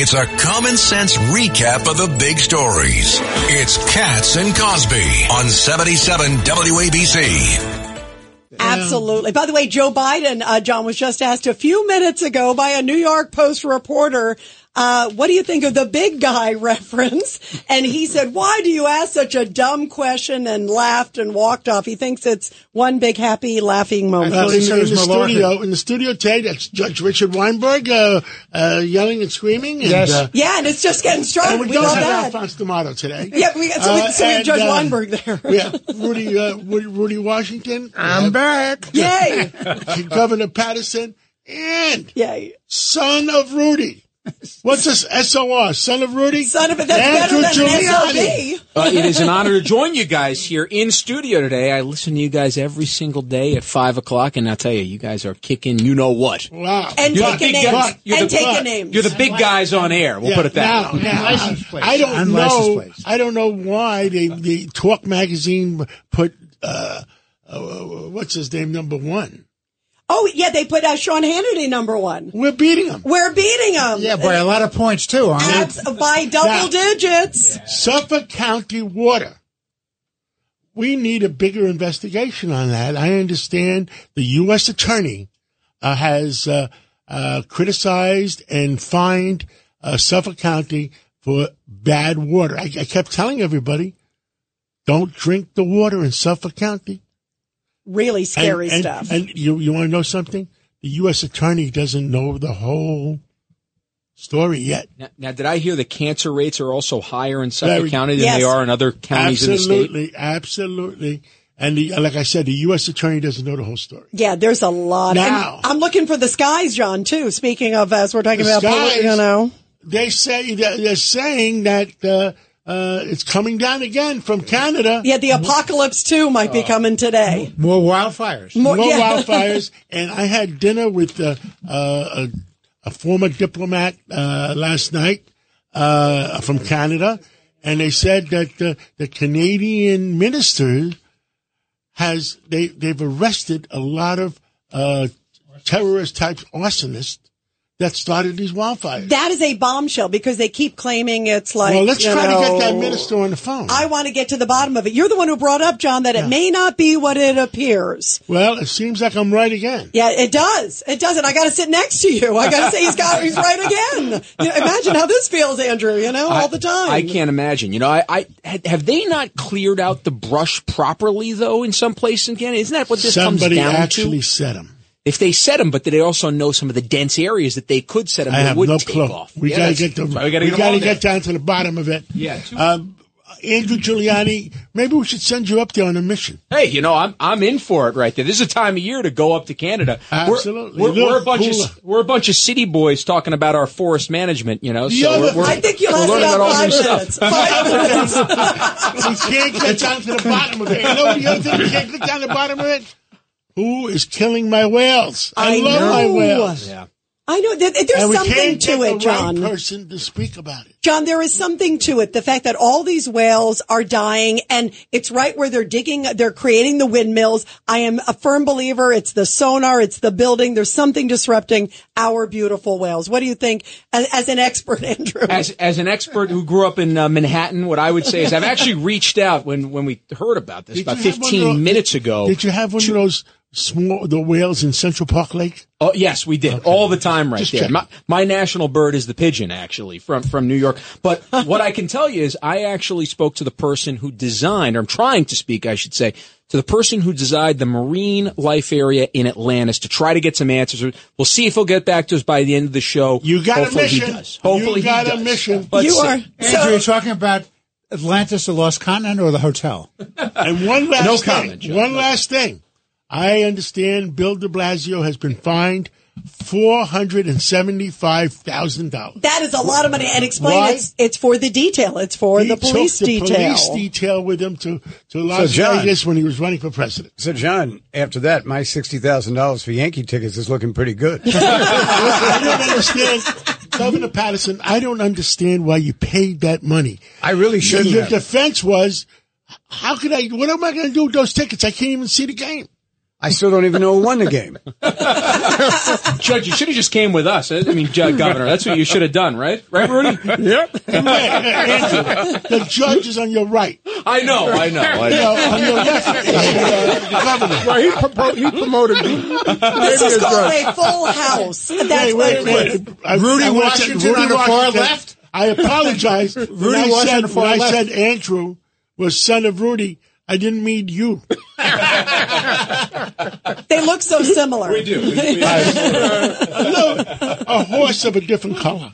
It's a common sense recap of the big stories. It's Cats and Cosby on 77 WABC. Absolutely. By the way, Joe Biden, uh, John, was just asked a few minutes ago by a New York Post reporter, uh, what do you think of the big guy reference? And he said, why do you ask such a dumb question and laughed and walked off? He thinks it's one big happy laughing moment. Well, in, in the studio, in the studio today, that's Judge Richard Weinberg uh, uh, yelling and screaming. And, Yes. uh, Yeah, and it's just getting started. and We, we don't love have that. Alphonse D'Amato today. Yeah, we, so we, Uh, so we have and, Judge uh, Weinberg there. we have Rudy, uh, Rudy, Rudy Washington, I'm back. Yay. Governor Patterson, and Yay. son of Rudy. What's this SOR? Son of Rudy? Son of a, that's Andrew better than Giuliani. an SOB. Uh, it is an honor to join you guys here in studio today. I listen to you guys every single day at five o'clock, and I'll tell you, you guys are kicking. You know what? Wow. And You're taking the big names. guy. You're And the- taking names. You're the big guys on air. We'll Yeah, put it that. way. now, now, License plates. I don't And license know. plates. I don't know why they, the Talk magazine put uh, uh, what's his name number one. Oh, yeah, they put uh, Sean Hannity number one. We're beating them. We're beating them. Yeah, by a lot of points too. Aren't we? Abs- by double Now- digits. Suffolk County Water. We need a bigger investigation on that. I understand the U.S. attorney uh, has uh, uh, criticized and fined uh, Suffolk County for bad water. I, I kept telling everybody, don't drink the water in Suffolk County. Really scary and, stuff. And, and you, you want to know something? The U.S. attorney doesn't know the whole story yet. Now, now, did I hear the cancer rates are also higher in Suffolk Very- County than Yes. they are in other counties in the state? absolutely, absolutely. And the, like I said, the U.S. attorney doesn't know the whole story. yeah, there's a lot. And Now- I'm looking for the skies, John, too. Speaking of, as we're talking The about, poli- skies. you know. They say they're they're saying that uh, uh, it's coming down again from Canada. Yeah, the apocalypse, too, might Uh, be coming today. More wildfires. More yeah. wildfires. And I had dinner with uh, uh, a, a former diplomat uh, last night uh, from Canada, and they said that uh, the Canadian minister has they they've arrested a lot of uh, terrorist type arsonists that started these wildfires. That is a bombshell because they keep claiming it's like. well, let's you try to get that know, minister on the phone. I want to get to the bottom of it. You're the one who brought up, John, that it may not be what it appears. well, it seems like I'm right again. Yeah, it does. It does. And I got to sit next to you. I got to say he's got, he's right again. You know, imagine how this feels, Andrew, you know, all the time. I can't imagine. You know, I, I ha- have they not cleared out the brush properly though in some place in Canada? Isn't that what this Somebody comes down actually to? said him. If they set them, but they also know some of the dense areas that they could set them. I that have would no take clue. Off. We Yeah, gotta that's- get to, that's right. we gotta, get 'em on there. get down to the bottom of it. Yeah. Um, Andrew Giuliani, maybe we should send you up there on a mission. Hey, you know, I'm I'm in for it right there. This is a time of year to go up to Canada. We're- Absolutely. we're, we're, Little a bunch cooler. of we're a bunch of city boys talking about our forest management. You know, so Yeah, we're, but- we're, I think you'll we're last learning about all five new stuff. minutes. Five minutes. We can't get down to the bottom of it. You know what the other thing we can't get down to the bottom of it? Who is killing my whales? I, I love know. my whales. Yeah. I know that there's And we something can't get to the it, John. right person to speak about it. John, there is something to it. The fact that all these whales are dying and it's right where they're digging, they're creating the windmills. I am a firm believer. It's the sonar. It's the building. There's something disrupting our beautiful whales. What do you think as, as an expert, Andrew? As as an expert who grew up in uh, Manhattan, what I would say is I've actually reached out when when we heard about this Did about you have one of 15 those- minutes ago. Did you have one of those small the whales in Central Park Lake? Oh, yes, we did all the time right Just there. checking. My, my national bird is the pigeon, actually, from from New York. But what I can tell you is, I actually spoke to the person who designed, or I'm trying to speak, I should say, to the person who designed the marine life area in Atlantis to try to get some answers. We'll see if he'll get back to us by the end of the show. You got Hopefully a mission. He does. Hopefully you got he a does. mission. But you so- are Andrew, you're so. talking about Atlantis, the lost continent, or the hotel? And one last No thing. comment, John. one last thing. I understand Bill de Blasio has been fined four hundred and seventy five thousand dollars. That is a lot of money. And explain Why? it's it's for the detail. It's for the police took the detail. police detail with him to, to Las John- Vegas when he was running for president. So, John, after that, my $60,000 for Yankee tickets is looking pretty good. I don't understand Governor Patterson, I don't understand why you paid that money. I really Your, shouldn't your have. defense was how could I what am I gonna do with those tickets? I can't even see the game. I still don't even know who won the game. Judge, you should have just came with us. I mean, Judge, Governor, that's what you should have done, right? Right, Rudy? yep. Andrew, the judge is on your right. I know, I know. I You know. know, on your left is uh, the governor. Well, he, propo- he promoted me. This Maybe is it's called right. a full house. That's Hey, what wait, it is. wait. I- Rudy I wanna Washington say- Rudy on the far Washington. left? I apologize. Rudy when I Washington said, on the far when I left. said Andrew was son of Rudy, I didn't mean you. They look so similar. We do. We- we- No, a horse of a different color.